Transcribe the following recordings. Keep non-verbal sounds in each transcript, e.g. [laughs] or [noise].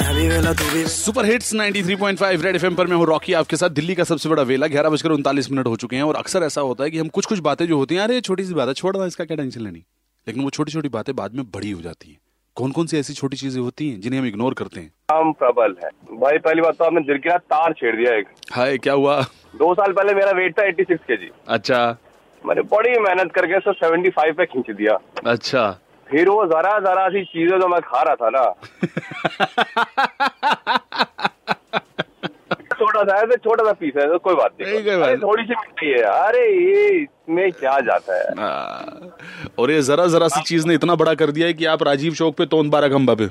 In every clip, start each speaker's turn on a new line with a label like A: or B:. A: मैं भी वेला तू भी
B: सुपर हिट्स 93.5 रेड एफएम पर मैं हूँ रॉकी आपके साथ दिल्ली का सबसे बड़ा वेला ग्यारह बजकर उनतालीस मिनट हो चुके हैं और अक्सर ऐसा होता है कि हम कुछ कुछ बातें जो होती हैं अरे छोटी सी बात है छोड़ दो इसका क्या टेंशन लेनी लेकिन वो छोटी छोटी बातें बाद में बड़ी हो जाती हैं कौन कौन सी ऐसी छोटी चीजें होती हैं जिन्हें हम इग्नोर करते हैं
C: काम प्रबल है भाई पहली बात तो आपने दिल की ना तार छेड़ दिया एक
B: हाय क्या हुआ
C: दो साल पहले मेरा वेट था 86 सिक्स के जी
B: अच्छा
C: मैंने बड़ी मेहनत करके उसको सेवेंटी फाइव पे खींच दिया
B: अच्छा
C: फिर वो जरा जरा सी चीजें जो मैं खा रहा था
B: [laughs]
C: ना छोटा सा है तो छोटा सा पीस है तो कोई बात
B: नहीं, कोई
C: नहीं
B: बात
C: अरे
B: नहीं।
C: थोड़ी सी मिठाई है अरे ये इसमें क्या जाता है
B: आ, और ये जरा जरा सी चीज ने इतना बड़ा कर दिया है कि आप राजीव चौक पे तोन बारा खम्बा पे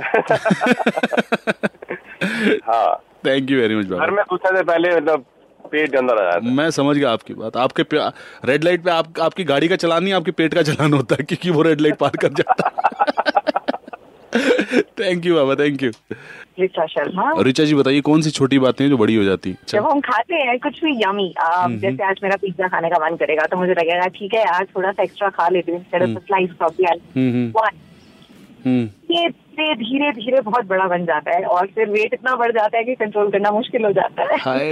B: [laughs]
C: हाँ
B: थैंक यू वेरी मच
C: घर
B: बाबा
C: में घुसने से पहले मतलब पेट के अंदर आ जाता है
B: मैं समझ गया आपकी बात आपके प्या- रेड लाइट पे आप आपकी गाड़ी का चलान नहीं आपके पेट का चलान होता है क्योंकि वो रेड लाइट पार कर जाता [laughs] थैंक यू बाबा थैंक यू
D: ऋचा शर्मा
B: रिचा जी बताइए कौन सी छोटी बातें हैं जो बड़ी हो जाती हैं?
D: जब
B: अच्छा
D: हम खाते हैं कुछ भी यमी जैसे आज मेरा पिज्जा खाने का मन करेगा तो मुझे लगेगा ठीक है आज थोड़ा सा एक्स्ट्रा खा लेती हूँ स्लाइस ऑफ
B: हम्म। हम्म
D: ये धीरे- धीरे धीरे बहुत बड़ा बन जाता है और फिर वेट इतना बढ़ जाता है कि कंट्रोल करना मुश्किल हो जाता है
B: हाय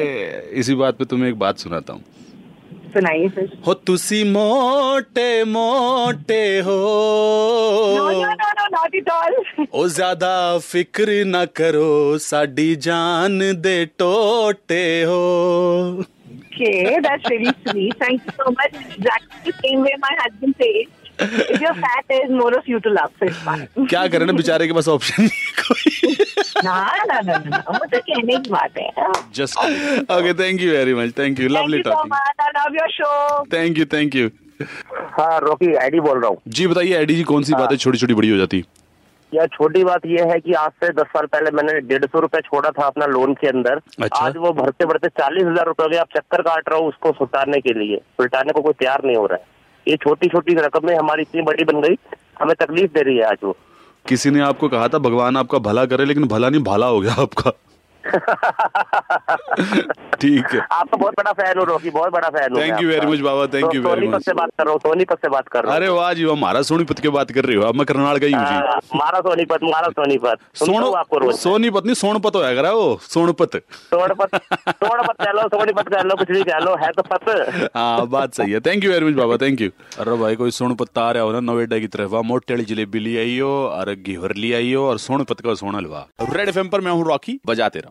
B: इसी बात पे तुम्हें एक बात सुनाता हूँ
D: सुनाइए फिर
B: हो तुसी मोटे मोटे
D: नो नो
B: हो
D: no no not it all
B: ओ ज्यादा फिक्र ना करो साडी जान दे टोटे हो
D: okay that's really sweet thank you so much exactly same way my husband says if your fat is more of you to love so it's fine
B: क्या
D: [laughs]
B: करें ना बेचारे के पास ऑप्शन नहीं
D: ना ना ना ना ना, वो तो कहने की बात है
B: [laughs] just okay thank you very much thank you
D: Thank
B: lovely
D: you so
B: talking
D: much. I love your show.
B: Thank you thank you
E: हाँ रॉकी आईडी बोल रहा हूँ
B: जी बताइए एडी जी
E: हाँ।
B: कौन सी बातें छोटी छोटी बड़ी हो जाती
E: यह छोटी बात यह है कि आज से दस साल पहले मैंने डेढ़ सौ रूपये छोड़ा था अपना लोन के अंदर
B: अच्छा।
E: आज वो भरते भरते चालीस हजार रूपये हो गए आप चक्कर काट रहा हूँ उसको सुलटाने के लिए सुलटाने को कोई तैयार नहीं हो रहा है ये छोटी छोटी रकमें हमारी इतनी बड़ी बन गई हमें तकलीफ दे रही है आज वो
B: किसी ने आपको कहा था भगवान आपका भला करे लेकिन भला नहीं भाला हो गया आपका
E: [laughs]
B: ठीक है
E: आपका तो बहुत बड़ा फैन हूँ रोकी बहुत बड़ा फैन हूँ
B: Thank you very much, Baba, thank you very much.
E: Sonipat तो से बात कर रहा हूँ सोनीपत से बात कर रहा हूँ
B: अरे वाह जी वाह महाराज सोनीपत की बात कर रही हो अब मैं करनाल का ही हूँ जी
E: हाँ, मारा सोनीपत मारा सोनीपत सुनता हूँ आपको
B: सोनो
E: रोज
B: सोनीपत नहीं सोनपत होया करा वो सोनपत
E: सोनीपत सोनीपत कह लो सोनीपत कह लो कुछ भी कह लो है तो पत
B: हाँ बात सही है थैंक यू वेरी मच बाबा थैंक यू अरे भाई कोई सोनपत आ रहा हो ना नोएडा की तरफ वहाँ मोटे वाली जलेबी ले आई हो और घिवर ले आई हो और सोनपत का सोना हलवा रेड एफएम पर मैं हूँ रॉकी बजाते रहो